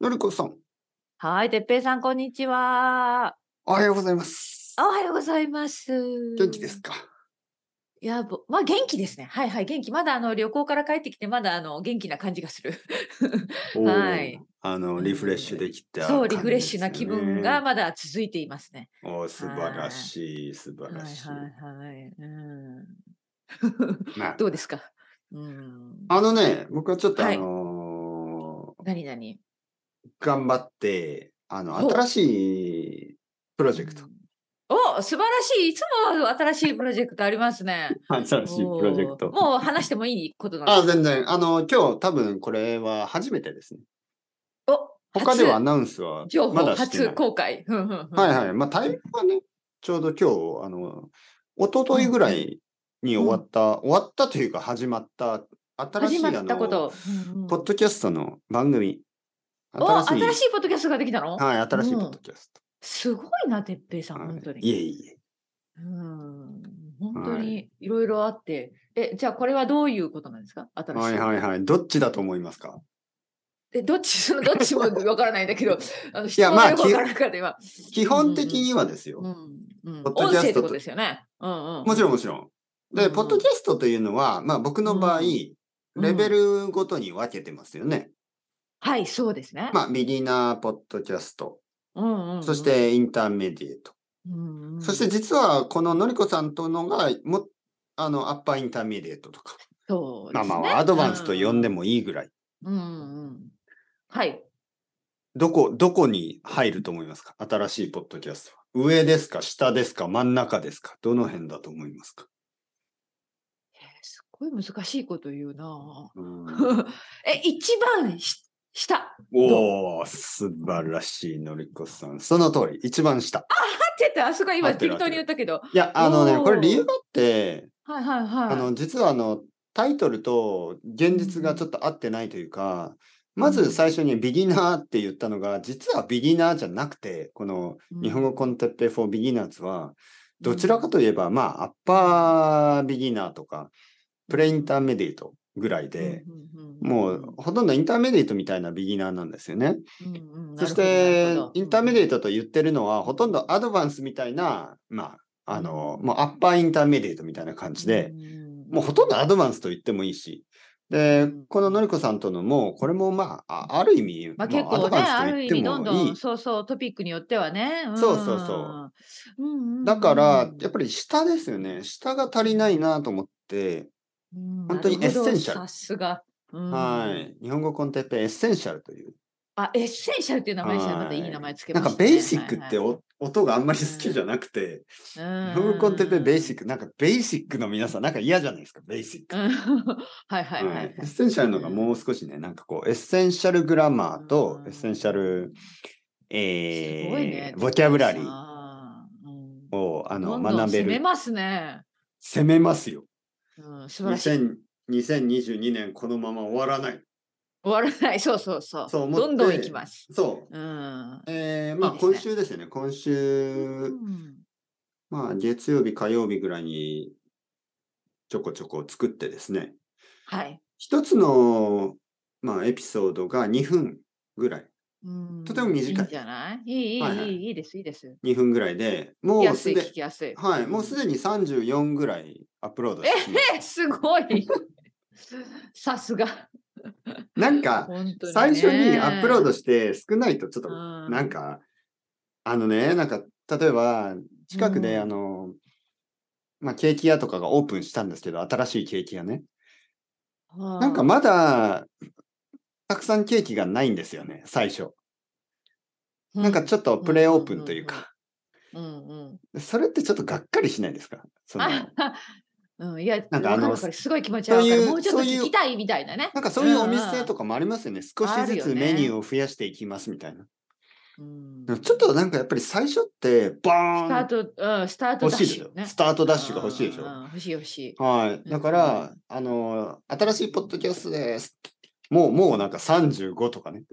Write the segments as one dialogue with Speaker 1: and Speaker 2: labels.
Speaker 1: のりこさん、
Speaker 2: はい、てっぺいさん、こんにちは。
Speaker 1: おはようございます
Speaker 2: お。はようございます。
Speaker 1: 元気です。か
Speaker 2: いや、ぼまあ、元気ですね。はいはい、元気。まだあの旅行から帰ってきて、まだあの元気な感じがする。はい。
Speaker 1: おーあの、リフレッシュできた、
Speaker 2: そう、リフレッシュな気分が。まだ続いていますね。
Speaker 1: おー素晴らしい、素
Speaker 2: は
Speaker 1: 晴
Speaker 2: いは
Speaker 1: らしい。
Speaker 2: いはい。うん、
Speaker 1: まあ
Speaker 2: どうですかうん。
Speaker 1: あのね、僕はちょっと、
Speaker 2: は
Speaker 1: あ
Speaker 2: い
Speaker 1: のー
Speaker 2: 何何
Speaker 1: 頑張って、あの、
Speaker 2: お
Speaker 1: 新しいプロジェクト
Speaker 2: う。んお素晴らしい。いつも新しいプロジェクトありますね。
Speaker 1: 新しいプロジェク
Speaker 2: お
Speaker 1: ト。
Speaker 2: ーもう話してもいいことなんです
Speaker 1: あ、全然。あの、今日多分これは初めてですね。
Speaker 2: お
Speaker 1: 他ではア
Speaker 2: 初
Speaker 1: ナウンスは
Speaker 2: 情報
Speaker 1: まだして
Speaker 2: 初
Speaker 1: ない。
Speaker 2: 公開。ふんふんふん
Speaker 1: はいはい。まあ、タイミングはね、ちょうど今日、あの、一昨日ぐらいに終わった、終わったというか始まった、新しい
Speaker 2: 始ま
Speaker 1: あ
Speaker 2: った
Speaker 1: の
Speaker 2: こと。うんうん
Speaker 1: ポッドキャストの番組。
Speaker 2: お新しいポッドキャストができたの、
Speaker 1: はい、新しいポ
Speaker 2: うん
Speaker 1: ッドキャスト。
Speaker 2: すごいな、てっぺいさん、
Speaker 1: はい
Speaker 2: 本当に。
Speaker 1: いえいえ。
Speaker 2: うん本当
Speaker 1: は
Speaker 2: にいろいろあって、え、じゃあこれはどういうことなんですか新しい。
Speaker 1: はいはいはい。どっちだと思いますか
Speaker 2: え、どっち、そのどっちもわからないん だけど、あの質
Speaker 1: や
Speaker 2: 問が
Speaker 1: ま
Speaker 2: よ
Speaker 1: あ
Speaker 2: くわからなかった今。
Speaker 1: 基本的にはですよ。
Speaker 2: うんうん
Speaker 1: ポッド
Speaker 2: 音
Speaker 1: キャストと
Speaker 2: 声ってことですよね。うんうん。
Speaker 1: もちろんもちろん。で、
Speaker 2: うん
Speaker 1: ポッドキャストというのは、まあ僕の場合、
Speaker 2: うん
Speaker 1: レベルごとに分けてますよね。
Speaker 2: はい、そうですね。
Speaker 1: まあ、ビギナーポッドキャスト、
Speaker 2: うんうんうん
Speaker 1: そし、てインターメディエート。
Speaker 2: うんうん
Speaker 1: そして、実は、こののりこさんとのが、も、あの、アッパーインターメディエートとか、ま
Speaker 2: そうで
Speaker 1: あ
Speaker 2: すね
Speaker 1: まあ、アドバンスと呼んで
Speaker 2: も。
Speaker 1: もいいぐらい、
Speaker 2: うんうんうん。はい。
Speaker 1: どこ、どこに入ると思いますか新しいポッドキャストは。上ですか下ですか真ん中ですかどの辺だと思いますか
Speaker 2: えーすごい難しいこと 言うな
Speaker 1: う
Speaker 2: ぁ
Speaker 1: ん
Speaker 2: え、一番し下。
Speaker 1: おー、素晴らしいのりこさん。その通り、一番下。
Speaker 2: 合ってた、あそこ
Speaker 1: 合
Speaker 2: 今
Speaker 1: ってる
Speaker 2: 適当に言ったけど。
Speaker 1: いや、あのね、
Speaker 2: おー
Speaker 1: これ理由があって、
Speaker 2: はいはいはい。
Speaker 1: あの、実はあの、タイトルと現実がちょっと合ってないというか、まず最初にビギナーって言ったのが、実はビギナーじゃなくて、この
Speaker 2: うん
Speaker 1: 日本語コンテッペ for beginners は、どちらかといえば、まあ、アッパービギナーとか、プレインターメディエートぐらいで、、もうほとんどインターメディエートみたいなビギナーなんですよね。そして、インターメディエー
Speaker 2: ト。
Speaker 1: トと言ってるのは、ほとんどアドバンスみたいな、まあ、あの、もうアッパーインターメディエートみたいな感じで、もうほとんどアドバンスと言ってもいいし、で
Speaker 2: うん、
Speaker 1: こののりこさんとのも、これもまあ、あある意味、
Speaker 2: まあ、
Speaker 1: まあ
Speaker 2: 結構
Speaker 1: アド
Speaker 2: ね、
Speaker 1: バ
Speaker 2: あ
Speaker 1: ンスと
Speaker 2: る
Speaker 1: 言
Speaker 2: 意
Speaker 1: って
Speaker 2: 味、どん
Speaker 1: も
Speaker 2: ど
Speaker 1: いい
Speaker 2: ん、。そうそう、トピックによってはね。ん
Speaker 1: そうそうそ
Speaker 2: うんうんうんうん。
Speaker 1: だから、やっぱり下ですよね。下が足りないなと思って、
Speaker 2: うん
Speaker 1: 本当に
Speaker 2: なるほど
Speaker 1: エッセンシャル
Speaker 2: さすが。うん
Speaker 1: はい。日本語コンテッペエッセンシャルという。
Speaker 2: あ、エッセンシャルっていう名前でしたね。またいい名前つけま
Speaker 1: な
Speaker 2: し
Speaker 1: ん
Speaker 2: た
Speaker 1: か
Speaker 2: ね。
Speaker 1: ベーシックって
Speaker 2: はい
Speaker 1: お音があんまり好きじゃなくて、
Speaker 2: はい、
Speaker 1: 日本語コンテッペベー
Speaker 2: ック
Speaker 1: シック、なんかベーシックの皆さん、なんか嫌じゃないですか、ベーシック。
Speaker 2: うん はいはいはいは
Speaker 1: はい
Speaker 2: い
Speaker 1: エッ。センシャルのがもう少しね、なんかこう、エッセンシャルグラマーと
Speaker 2: うん
Speaker 1: エッセンシャル、
Speaker 2: すごいね
Speaker 1: えー、
Speaker 2: 哲
Speaker 1: ボキャブラリー
Speaker 2: 平さんうん
Speaker 1: をあの
Speaker 2: どんどん
Speaker 1: 学べ
Speaker 2: 攻め
Speaker 1: る。
Speaker 2: ますね。
Speaker 1: 攻めますよ。
Speaker 2: うん、素晴らしい。
Speaker 1: 2000 2022年このまま終わらない。
Speaker 2: 終わらない。そうそうそう。
Speaker 1: そう思って
Speaker 2: どんどんいきます。
Speaker 1: そう。
Speaker 2: うん。
Speaker 1: えー、まあ
Speaker 2: いいで
Speaker 1: 今
Speaker 2: すね
Speaker 1: 週ですよね。今
Speaker 2: う
Speaker 1: 週、
Speaker 2: ん
Speaker 1: まあ月曜日、火曜日ぐらいにちょこちょこ作ってですね。
Speaker 2: はい。
Speaker 1: 一つの、まあ、エピソードが2分ぐらい。
Speaker 2: うん
Speaker 1: とても短い
Speaker 2: いんじゃないいい、いい、
Speaker 1: はいはい
Speaker 2: いい、いいです、いいです。
Speaker 1: 2分ぐらいで、も
Speaker 2: 聞きや
Speaker 1: う
Speaker 2: す
Speaker 1: す
Speaker 2: い、
Speaker 1: で
Speaker 2: 聞きやすい。
Speaker 1: はい、もうすでに34ぐらいアップロードしてま
Speaker 2: え、すごい。 さすが。
Speaker 1: す。なんか、
Speaker 2: 本当にね。
Speaker 1: 最初にアップロードして少ないとちょっと、
Speaker 2: うん
Speaker 1: なんか、あのね、なんか、例えば、近くで、
Speaker 2: うん
Speaker 1: あの、まあ、ケーキ屋とかがオープンしたんですけど、新しいケーキ屋ね。なんかまだ、たくさんケーキがないんですよね、最初。
Speaker 2: う、
Speaker 1: なんかちょっとプレイオープンという
Speaker 2: うんうんうんうん
Speaker 1: か。
Speaker 2: うんうん。
Speaker 1: それってちょっとがっかりしないですかそ の
Speaker 2: あうん、いや、
Speaker 1: な
Speaker 2: なん
Speaker 1: か
Speaker 2: んか
Speaker 1: あ
Speaker 2: あ
Speaker 1: の
Speaker 2: の、すごい気持ちはわか
Speaker 1: そうい
Speaker 2: る。
Speaker 1: う
Speaker 2: もうちょっと
Speaker 1: そういう
Speaker 2: 聞きたいみたいなね。
Speaker 1: なんかそういうお店とかもありますよね。少し
Speaker 2: あ
Speaker 1: ず
Speaker 2: るよ
Speaker 1: つ
Speaker 2: ね
Speaker 1: メニューを増やしていきますみたいな。
Speaker 2: うん
Speaker 1: でもちょっとなんかやっぱり最初って、バ
Speaker 2: スタ
Speaker 1: ー
Speaker 2: ー
Speaker 1: ン
Speaker 2: ト、うん、スタート
Speaker 1: 欲
Speaker 2: ダ
Speaker 1: しいで
Speaker 2: ッシ
Speaker 1: しょ
Speaker 2: ュ、。ね。
Speaker 1: スタートダッシュが欲しいでし
Speaker 2: うんうん
Speaker 1: ょ。
Speaker 2: うん欲しい欲しい。
Speaker 1: はい。だから、あの、新しいポッドキャストです。もう、もうなんか35とかね。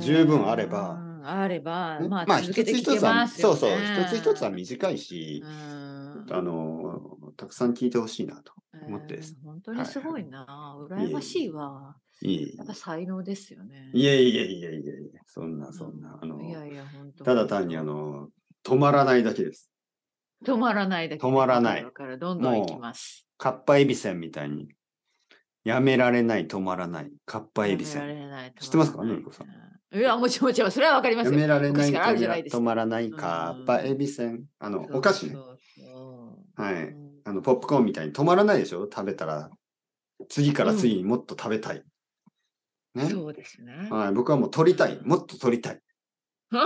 Speaker 1: 十分あれば
Speaker 2: うんあれば、まあ、
Speaker 1: まあ
Speaker 2: 続
Speaker 1: 一
Speaker 2: け
Speaker 1: つ
Speaker 2: てき
Speaker 1: 一
Speaker 2: て
Speaker 1: つは、
Speaker 2: ますよ
Speaker 1: そう
Speaker 2: ね。
Speaker 1: そう、一つ一つは短いし
Speaker 2: う、ん
Speaker 1: っとあの、たくさん聞いてほしいなと思ってです。
Speaker 2: えー本当にすごいな、羨ましいわ。
Speaker 1: いえい
Speaker 2: やっぱ才能ですよね。
Speaker 1: えいえいえいえいえいえ、そんなそんな、あの、
Speaker 2: いやいや、本当
Speaker 1: ただ単にあの、止まらないだけです。
Speaker 2: 止まらないだけ。
Speaker 1: 止まらない
Speaker 2: だからどんどん行きます。
Speaker 1: かっぱえびせんみたいに、やめられない、止まらない、かっぱえびせ
Speaker 2: やめ
Speaker 1: ん。
Speaker 2: られない
Speaker 1: 知ってますか
Speaker 2: 止らな
Speaker 1: のりこさ
Speaker 2: いいや、もちろんもちろん、それはわかりま
Speaker 1: や
Speaker 2: すよ。
Speaker 1: められない、
Speaker 2: 昔からあるじ
Speaker 1: 止
Speaker 2: ゃ
Speaker 1: ま
Speaker 2: な
Speaker 1: ら
Speaker 2: いですか
Speaker 1: 止まらない、
Speaker 2: うん
Speaker 1: かっぱえびせん。あの、お菓子ね。
Speaker 2: そうそう
Speaker 1: は
Speaker 2: そう
Speaker 1: い。
Speaker 2: うん
Speaker 1: あの、ポップコーンみたいに止まらないでしょ食べたら、次から次にもっと食べたい。ね。
Speaker 2: そうですね。
Speaker 1: はい、僕はもう取りたい。もっと取りた い。は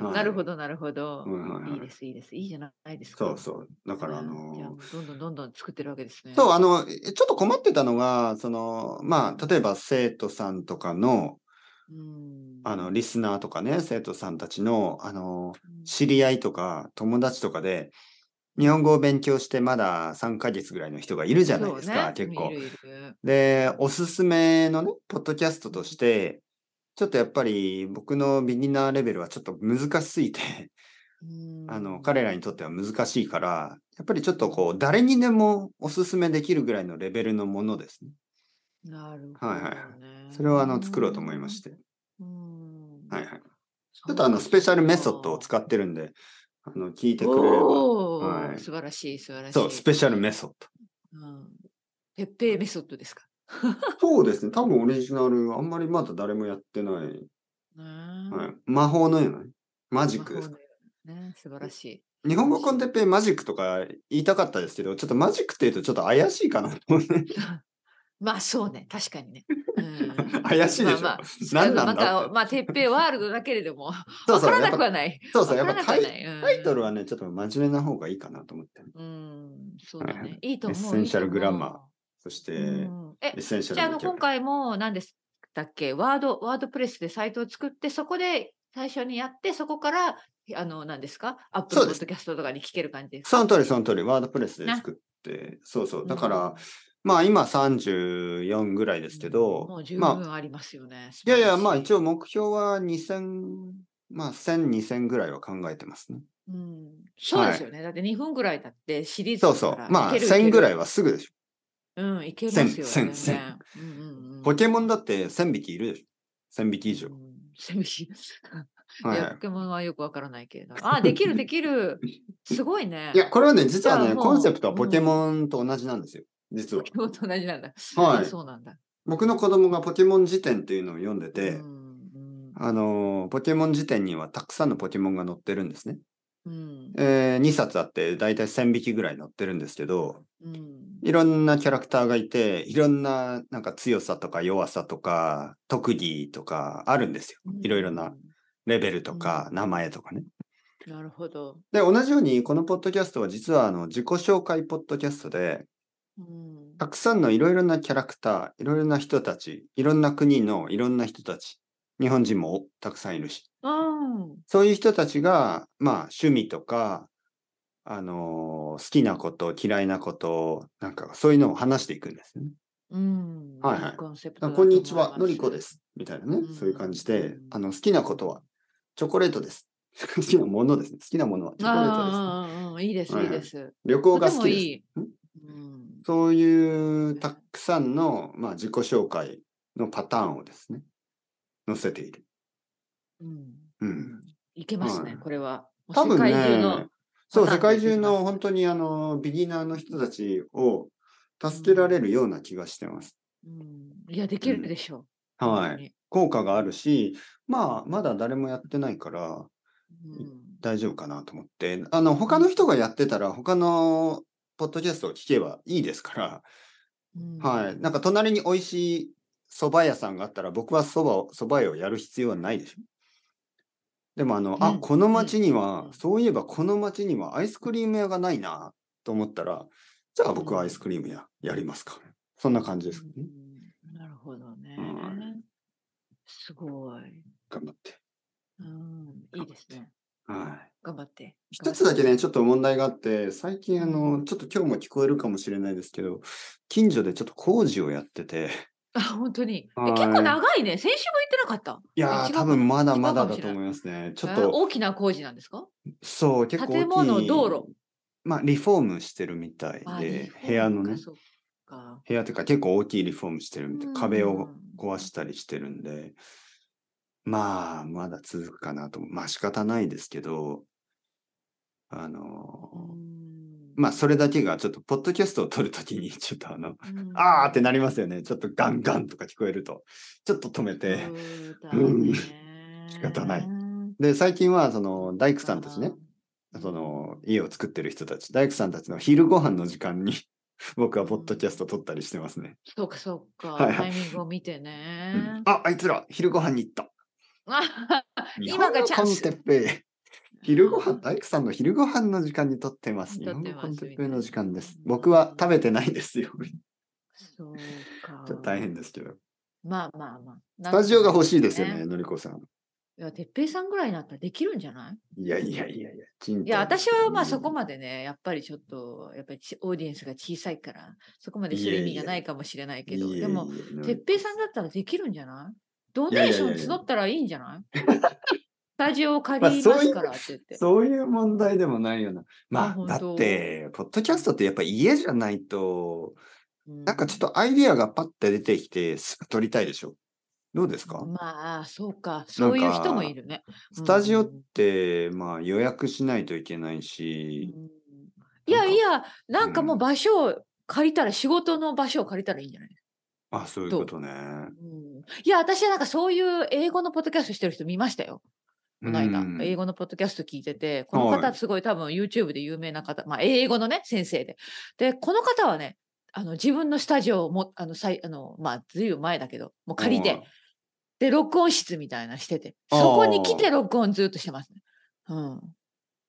Speaker 1: い
Speaker 2: なるほど、なるほど
Speaker 1: う。んはいはい
Speaker 2: いいです、いいです。いいじゃないですか。
Speaker 1: そうそう。だから、あ
Speaker 2: うんじゃ
Speaker 1: の
Speaker 2: あも、うどんどんどんどん作ってるわけですね。
Speaker 1: そう、あの、えちょっと困ってたのが、その、まあ、例えば生徒さんとかの、
Speaker 2: うん。
Speaker 1: あの、リスナーとかね、生徒さんたちの、あの、
Speaker 2: うん、
Speaker 1: 知り合いとか友達とかで、日本語を勉強してまだ3ヶ月ぐらいの人がいるじゃないですか、
Speaker 2: そう
Speaker 1: 結
Speaker 2: ね
Speaker 1: 構
Speaker 2: い。るいる
Speaker 1: で、おすすめのね、ポッドキャストとして、ちょっとやっぱり僕のビギナーレベルはちょっと難しすぎて、
Speaker 2: うん
Speaker 1: あの、彼らにとっては難しいから、やっぱりちょっとこう、誰にでもおすすめできるぐらいのレベルのものですね。
Speaker 2: なるほど、
Speaker 1: はい
Speaker 2: ね。
Speaker 1: はいはいそれをあの、作ろうと思いまして。
Speaker 2: うん。
Speaker 1: はいはい。
Speaker 2: い。
Speaker 1: ちょっとあの、スペシャルメソッドを使ってるんで、あの、聞いてくれれば。
Speaker 2: おー
Speaker 1: はい
Speaker 2: 素晴らしい、素晴らしい。
Speaker 1: そう、スペシャルメソッド。
Speaker 2: うん。ペッペーメソッドですか。
Speaker 1: そうですね。多分オリジナル、あんまりまだ誰もやってない。
Speaker 2: ね
Speaker 1: はい、魔法のようなね。マジックですか。
Speaker 2: ね、素晴らしい。
Speaker 1: 日本語コンテッペイマジックとか言いたかったですけど、ちょっとマジックって言うとちょっと怪しいかなと思って。
Speaker 2: まあそうね、確か にね。うん、
Speaker 1: 怪しいでしょ
Speaker 2: まあまあ、
Speaker 1: 何なんだっ
Speaker 2: まあま
Speaker 1: て
Speaker 2: あ、まあ、てっぺいワールドだけれども、わ
Speaker 1: そうそ
Speaker 2: か
Speaker 1: う。
Speaker 2: ら
Speaker 1: やっ
Speaker 2: なく
Speaker 1: ぱ
Speaker 2: はない。
Speaker 1: そうそう。やっ
Speaker 2: わ
Speaker 1: ぱ
Speaker 2: から
Speaker 1: タ
Speaker 2: なくは
Speaker 1: イ
Speaker 2: ないうん
Speaker 1: タイトルはね、ちょっと真面目な方がいいかなと思って。
Speaker 2: うん、そうだ
Speaker 1: はいは
Speaker 2: ね。いいと思う。
Speaker 1: エッセンシャルグラマ
Speaker 2: ー。
Speaker 1: そして、
Speaker 2: うんえ
Speaker 1: エッ、センシャ
Speaker 2: じゃああ
Speaker 1: ル
Speaker 2: の
Speaker 1: ボキャブ
Speaker 2: 今回も何ですだっけワードワードプレスでサイトを作ってそこで最初にやってそこからあの何ですかアップル
Speaker 1: そうで
Speaker 2: ポッ
Speaker 1: す
Speaker 2: ドキャストとかに聞ける感じですか
Speaker 1: その通りその通り、ワードプレスで作って、そうそう。だから、まあ今34ぐらいですけ
Speaker 2: うんも
Speaker 1: ど
Speaker 2: う、十
Speaker 1: まあ
Speaker 2: 分ありますよね。
Speaker 1: いやいや、まあ一
Speaker 2: 応、
Speaker 1: 応目標は2000、まあ1000、2000ぐらいは考えてますね。
Speaker 2: うん。そうですよね、だって2分ぐらいだってシリーズ
Speaker 1: そうそう。まあ1000ぐらいはすぐでし
Speaker 2: は。うん、いけま
Speaker 1: 千
Speaker 2: すよね。
Speaker 1: 千千
Speaker 2: うんうんう
Speaker 1: ょ。
Speaker 2: ん
Speaker 1: ポケモンだって1000匹いるでしょ。1000匹以上
Speaker 2: う。ん千匹。
Speaker 1: はい
Speaker 2: い
Speaker 1: は
Speaker 2: やポケモンはよくわからないけれど。あ、で きるできる。すごいね。
Speaker 1: い。い や、これはね、実は
Speaker 2: じゃ
Speaker 1: ね、
Speaker 2: あもう
Speaker 1: コンセプトはポケモンと同じなんですよ。実は
Speaker 2: ポ。ケモンと同じなんだ。
Speaker 1: は
Speaker 2: あ
Speaker 1: い。
Speaker 2: そうなんだ。
Speaker 1: 僕の子供がポケモン辞典っていうのを読んで
Speaker 2: う
Speaker 1: て、
Speaker 2: んうん
Speaker 1: あのー、ポケモン辞典にはたくさんのポケモンが載ってるんですね。
Speaker 2: うん
Speaker 1: え2冊あって、だいたい1000匹ぐらい載ってるんですけど、
Speaker 2: うん
Speaker 1: いろんなキャラクターがいて、いろんななんか強さとか弱さとか、特技とかあるんですよ。いろいろなレベルとか、
Speaker 2: うん
Speaker 1: 名前とかね。
Speaker 2: うんなるほど。
Speaker 1: で、同じように、このポッドキャストは実はあの自己紹介ポッドキャストで、
Speaker 2: うん
Speaker 1: たくさんのいろいろなキャラクター、いろいろな人たち、いろんな国のいろんな人たち、日本人もたくさんいるし、
Speaker 2: うん
Speaker 1: そういう人たちが、まあ、趣味とか、あのー好きなこと、嫌いなこと、なんかそういうのを話していくんですよね。
Speaker 2: うん
Speaker 1: はいはい
Speaker 2: コンセプト
Speaker 1: あ
Speaker 2: だと
Speaker 1: こんにちは
Speaker 2: 思、います
Speaker 1: のりこで。す。みたいなね、
Speaker 2: うん
Speaker 1: そういう感じで
Speaker 2: うん、
Speaker 1: あの好きなことはチョコレートです。 好きなものですね。好きなものはチョコレートです、
Speaker 2: あーうんうんいいです、
Speaker 1: はいい
Speaker 2: い
Speaker 1: はい
Speaker 2: です。
Speaker 1: 旅
Speaker 2: と
Speaker 1: 行が
Speaker 2: て
Speaker 1: 好
Speaker 2: も
Speaker 1: きです。
Speaker 2: いい。うん
Speaker 1: そういうたくさんの、まあ、自己紹介のパターンをですね、載せている。
Speaker 2: うん
Speaker 1: うん。
Speaker 2: いけます
Speaker 1: はい
Speaker 2: ね、これは。もう
Speaker 1: 多分
Speaker 2: 世界中
Speaker 1: ね
Speaker 2: の、
Speaker 1: そう、世
Speaker 2: パターンが
Speaker 1: 界
Speaker 2: 出てきま
Speaker 1: 中
Speaker 2: す
Speaker 1: の本当にあの、ビギナーの人たちを助けられるような気がしてます。
Speaker 2: うんいや、できるでしょう。
Speaker 1: は
Speaker 2: 本当
Speaker 1: い。
Speaker 2: に
Speaker 1: 効果があるし、まあ、まだ誰もやってないから、
Speaker 2: うん
Speaker 1: 大丈夫かなと思って、あの、他の人がやってたら、他のポッドキャストを聞けばいいですか
Speaker 2: うん
Speaker 1: ら、はい。なんか隣に美味しい蕎麦屋さんがあったら、僕は蕎麦を、蕎麦屋をやる必要はないでしょ。でもあの、
Speaker 2: う
Speaker 1: あ、
Speaker 2: ん
Speaker 1: この町に
Speaker 2: う
Speaker 1: は
Speaker 2: ん、
Speaker 1: そういえばこの町にはアイスクリーム屋がないなと思ったら、じゃあ僕はアイスクリーム屋やりますか。そんな感じですかね。
Speaker 2: うんなるほどね
Speaker 1: は。
Speaker 2: すごい。
Speaker 1: 頑張って。
Speaker 2: うんいいですね。
Speaker 1: はい。
Speaker 2: 頑張って。
Speaker 1: 一つだけね、ちょ
Speaker 2: っ
Speaker 1: っと問題があって、最近あ
Speaker 2: う
Speaker 1: の、
Speaker 2: ん
Speaker 1: ちょっと今日も聞こえるかもしれないですけど、近所でちょっと工事をやってて、
Speaker 2: と。あ、本当に。え
Speaker 1: はい
Speaker 2: 結構長いね。先週も言ってなかった。
Speaker 1: いや
Speaker 2: 違
Speaker 1: ー、
Speaker 2: うか
Speaker 1: 多分まだまだ
Speaker 2: 違うかも
Speaker 1: だと
Speaker 2: しれない
Speaker 1: 思いますね。ちょっ
Speaker 2: えー
Speaker 1: と、
Speaker 2: 大きな工事なんですか
Speaker 1: そう、結構大きい。
Speaker 2: 建物道路
Speaker 1: まあ、リフォームしてるみたい
Speaker 2: あリ
Speaker 1: で
Speaker 2: フォーム、か
Speaker 1: 部屋のね、
Speaker 2: そっか
Speaker 1: 部屋というか結構大きいリフォームしてるみたい。壁を壊したりしてるんで、まあ、まだ続くかなと。まあ仕方ないですけど、あ
Speaker 2: う
Speaker 1: の、
Speaker 2: ん
Speaker 1: まあそれだけがちょっと、ポッドキャストを撮るときに、 ちょっとあの、
Speaker 2: うん
Speaker 1: あーってなりますよね。ちょっとガンガンとか聞こえると、ちょっと止めて。
Speaker 2: そうだ
Speaker 1: うん
Speaker 2: ね
Speaker 1: 仕方ないで、最近はその大工さんたちね、
Speaker 2: あー
Speaker 1: その家を作ってる人たち、大工さんたちの昼ご飯の時間に僕はポッドキャスト撮ったりしてますね。
Speaker 2: そうかそうか、
Speaker 1: はいは
Speaker 2: タ
Speaker 1: い
Speaker 2: イミングを見てね
Speaker 1: う。んあ、あいつら昼ご飯に行った。
Speaker 2: あ今がチャンス
Speaker 1: 日本のコンテッペイ。昼ご飯、大工さんの昼ご飯の時間に撮ってます。日
Speaker 2: 撮っ
Speaker 1: 本
Speaker 2: て
Speaker 1: の
Speaker 2: ます
Speaker 1: コンテッペイの時間です。僕は食べてないですよ。
Speaker 2: そうか。
Speaker 1: ちょっと大変ですけど。
Speaker 2: まあまあまあ。
Speaker 1: スタジオが欲しいですよ
Speaker 2: なん
Speaker 1: ね、
Speaker 2: とか。
Speaker 1: のりこさん。
Speaker 2: いや、哲平さんぐらいになったらできるんじゃない
Speaker 1: いやいやいやいや、賃貸
Speaker 2: いや、私はまあそこまでね、やっぱりちょっと、やっぱりちオーディエンスが小さいから、そこまでする意
Speaker 1: いえ
Speaker 2: 味
Speaker 1: いえ
Speaker 2: がないかもしれないけ
Speaker 1: い
Speaker 2: ど、
Speaker 1: やい
Speaker 2: で
Speaker 1: や
Speaker 2: も、、哲平さんだったらできるんじゃないドネーション募ったらいいんじゃない スタジオを借り
Speaker 1: まあ
Speaker 2: ま
Speaker 1: そうい
Speaker 2: す
Speaker 1: う
Speaker 2: からって言って。
Speaker 1: そういう問題でもないよな。
Speaker 2: あ
Speaker 1: まあ、
Speaker 2: 本
Speaker 1: だ
Speaker 2: 当
Speaker 1: って、ポッドキャストってやっぱ家じゃないと、
Speaker 2: な
Speaker 1: なんかちょっとアイディアがパッて出てきて、すぐ撮りたいでしょ。どうですか、
Speaker 2: まあ、そうか。そういう人もいるね。
Speaker 1: スタジオっ
Speaker 2: うん
Speaker 1: て、まあ予約しないといけないうし、
Speaker 2: んいやいや、なんかもううん場所を借りたら、仕事の場所を借りたらいいんじゃない、
Speaker 1: あ、そういうことね。
Speaker 2: うん、いや、私はなんかそういう英語のポッドキャストしてる人見ましたよ。この間、
Speaker 1: うん
Speaker 2: 英語のポッドキャスト聞いてて、この
Speaker 1: は
Speaker 2: 方
Speaker 1: い
Speaker 2: すごい多分 YouTube で有名な方、まあ英語のね、先生で。で、この方はね、あの自分のスタジオをも、あの、さいあのまあ、ずいぶん前だけど、もう借りて、で、録音室みたいなのしてて、そこに来て録音ずっとしてますね。うん。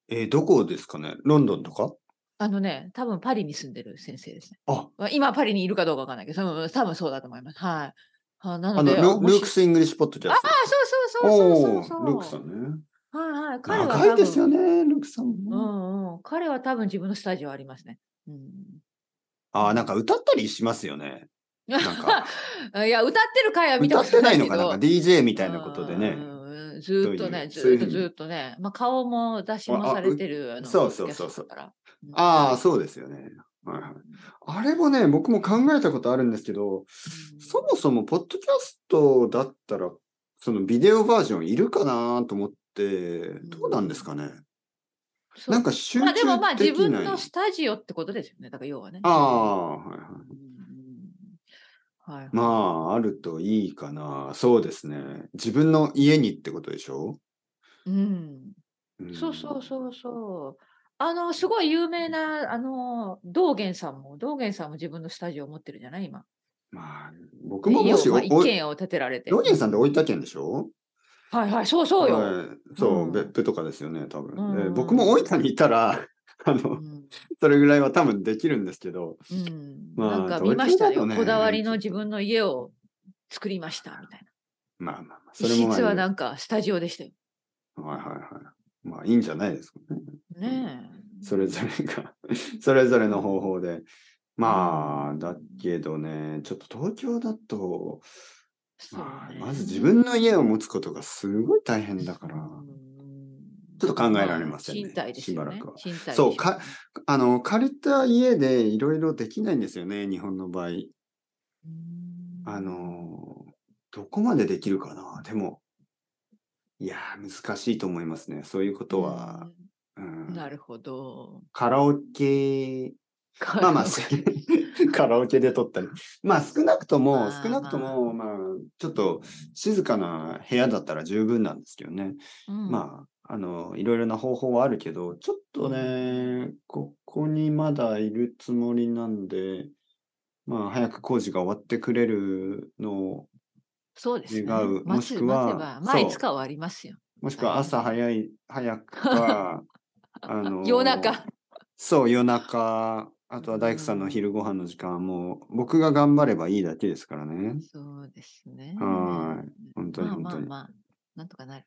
Speaker 1: えーどこですかねロンドンとか
Speaker 2: あのね、多分パリに住んでる先生ですね。
Speaker 1: あ、
Speaker 2: まあ今パリにいるかどうかわかんないけど、うん多分そうだと思います。はい。あな
Speaker 1: あ
Speaker 2: の
Speaker 1: の、
Speaker 2: で、
Speaker 1: ル
Speaker 2: 面
Speaker 1: ル
Speaker 2: 白い
Speaker 1: ークス・イングリッシュ・ポッドキャスト。
Speaker 2: あ、そうそうそうそうそうそう。
Speaker 1: おールークさんね。
Speaker 2: はいはい。彼は多分
Speaker 1: 長いですよね、ルークさん
Speaker 2: う
Speaker 1: もね。
Speaker 2: んうん。彼は多分自分のスタジオありますね。うん。
Speaker 1: あー、なんか歌ったりしますよね。
Speaker 2: なん
Speaker 1: か
Speaker 2: いや、歌ってる回は見た
Speaker 1: 歌
Speaker 2: こ
Speaker 1: っ
Speaker 2: と
Speaker 1: て
Speaker 2: な
Speaker 1: ないい
Speaker 2: け
Speaker 1: の
Speaker 2: ど。
Speaker 1: かなんか DJ みたいなことでね
Speaker 2: う。んうんずーっとね、ず
Speaker 1: そうい
Speaker 2: ー
Speaker 1: う
Speaker 2: っ
Speaker 1: ふう
Speaker 2: と
Speaker 1: に
Speaker 2: ずーっとね、まあ、顔も出し
Speaker 1: ああ
Speaker 2: もされてる。あの
Speaker 1: そうそうそうそう
Speaker 2: ポッドキャストだから。うん
Speaker 1: ああ、そうですよね。はいはい、あれもね、僕も考えたことあるんですけど、
Speaker 2: うん
Speaker 1: そもそも、ポッドキャストだったら、そのビデオバージョンいるかなと思って、どうなんですかね。
Speaker 2: そう
Speaker 1: なんか集中
Speaker 2: まあでもまあ
Speaker 1: で
Speaker 2: 自
Speaker 1: き
Speaker 2: 分
Speaker 1: ない。
Speaker 2: のスタジオってことですよね。だから要はね。
Speaker 1: ああ、はいはい。
Speaker 2: うんうんはいはい。
Speaker 1: まあ、あるといいかな。そうですね。自分の家にってことでしょ、
Speaker 2: うん。
Speaker 1: ん
Speaker 2: そうそうそうそう。あの、すごい有名な、あの、道元さんも、道元さんも自分のスタジオを持ってるじゃない今。
Speaker 1: まあ、僕ももし
Speaker 2: 家をまあ、
Speaker 1: お
Speaker 2: 一軒家を建てられて。
Speaker 1: ロニーさんって大分県でしょ
Speaker 2: はいはい、そうそうよ。
Speaker 1: はいそう、
Speaker 2: うん
Speaker 1: 別府とかですよね、多分。
Speaker 2: うんうん
Speaker 1: で僕も大分にいたら、あ
Speaker 2: う
Speaker 1: の、
Speaker 2: ん
Speaker 1: それぐらいは多分できるんですけど、
Speaker 2: う ん
Speaker 1: まあ
Speaker 2: なんか見ました
Speaker 1: 東京だと
Speaker 2: よ、
Speaker 1: ね
Speaker 2: こだわりの自分の家を作りましたみたいな。
Speaker 1: まあまあまあ、それ
Speaker 2: 一
Speaker 1: もまあ
Speaker 2: 室はなんかスタジオでしたよ。
Speaker 1: はいはいはい。まあいいんじゃないですかね。
Speaker 2: ねえ。
Speaker 1: それぞれが、 それぞれの方法で。まあ、だけどね、ちょっと東京だと、
Speaker 2: そうね
Speaker 1: まあ、まず自分の家を持つことがすごい大変だから
Speaker 2: う、ん
Speaker 1: ちょっと考えられませんね
Speaker 2: あ賃貸ですよね。
Speaker 1: しばらくは
Speaker 2: 賃貸です
Speaker 1: そう
Speaker 2: よ
Speaker 1: かあの、借りた家でいろいろできないんですよね、日本の場合。
Speaker 2: うん
Speaker 1: あの、どこまでできるかな。でも、いやー、難しいと思いますね。そういうことは、
Speaker 2: うん
Speaker 1: うん
Speaker 2: なるほど。
Speaker 1: カラオケまあ まあ、す カラオケで撮ったり。まあ少なくとも、
Speaker 2: まあ
Speaker 1: 少なくとも、まあ、ちょっと静かな部屋だったら十分なんですけどね。
Speaker 2: う ん
Speaker 1: まあ、あの、いろいろな方法はあるけど、ちょっとね、ここにまだいるつもりなんで、まあ早く工事が終わってくれるのを、
Speaker 2: そうですね。
Speaker 1: 願う
Speaker 2: 待
Speaker 1: もし
Speaker 2: つ
Speaker 1: くは
Speaker 2: 待てば、まあ、
Speaker 1: そう
Speaker 2: いつか終わりますよ。
Speaker 1: もしくは朝早い、早く か、あの、
Speaker 2: 夜中。
Speaker 1: そう、夜中。あとは大工さんの昼ご飯の時間はもう、僕が頑張ればいいだけですからね。
Speaker 2: そうですね。
Speaker 1: はーい。本当に
Speaker 2: まあ
Speaker 1: 本
Speaker 2: まあ
Speaker 1: 当に。
Speaker 2: まあ、なんとかなる。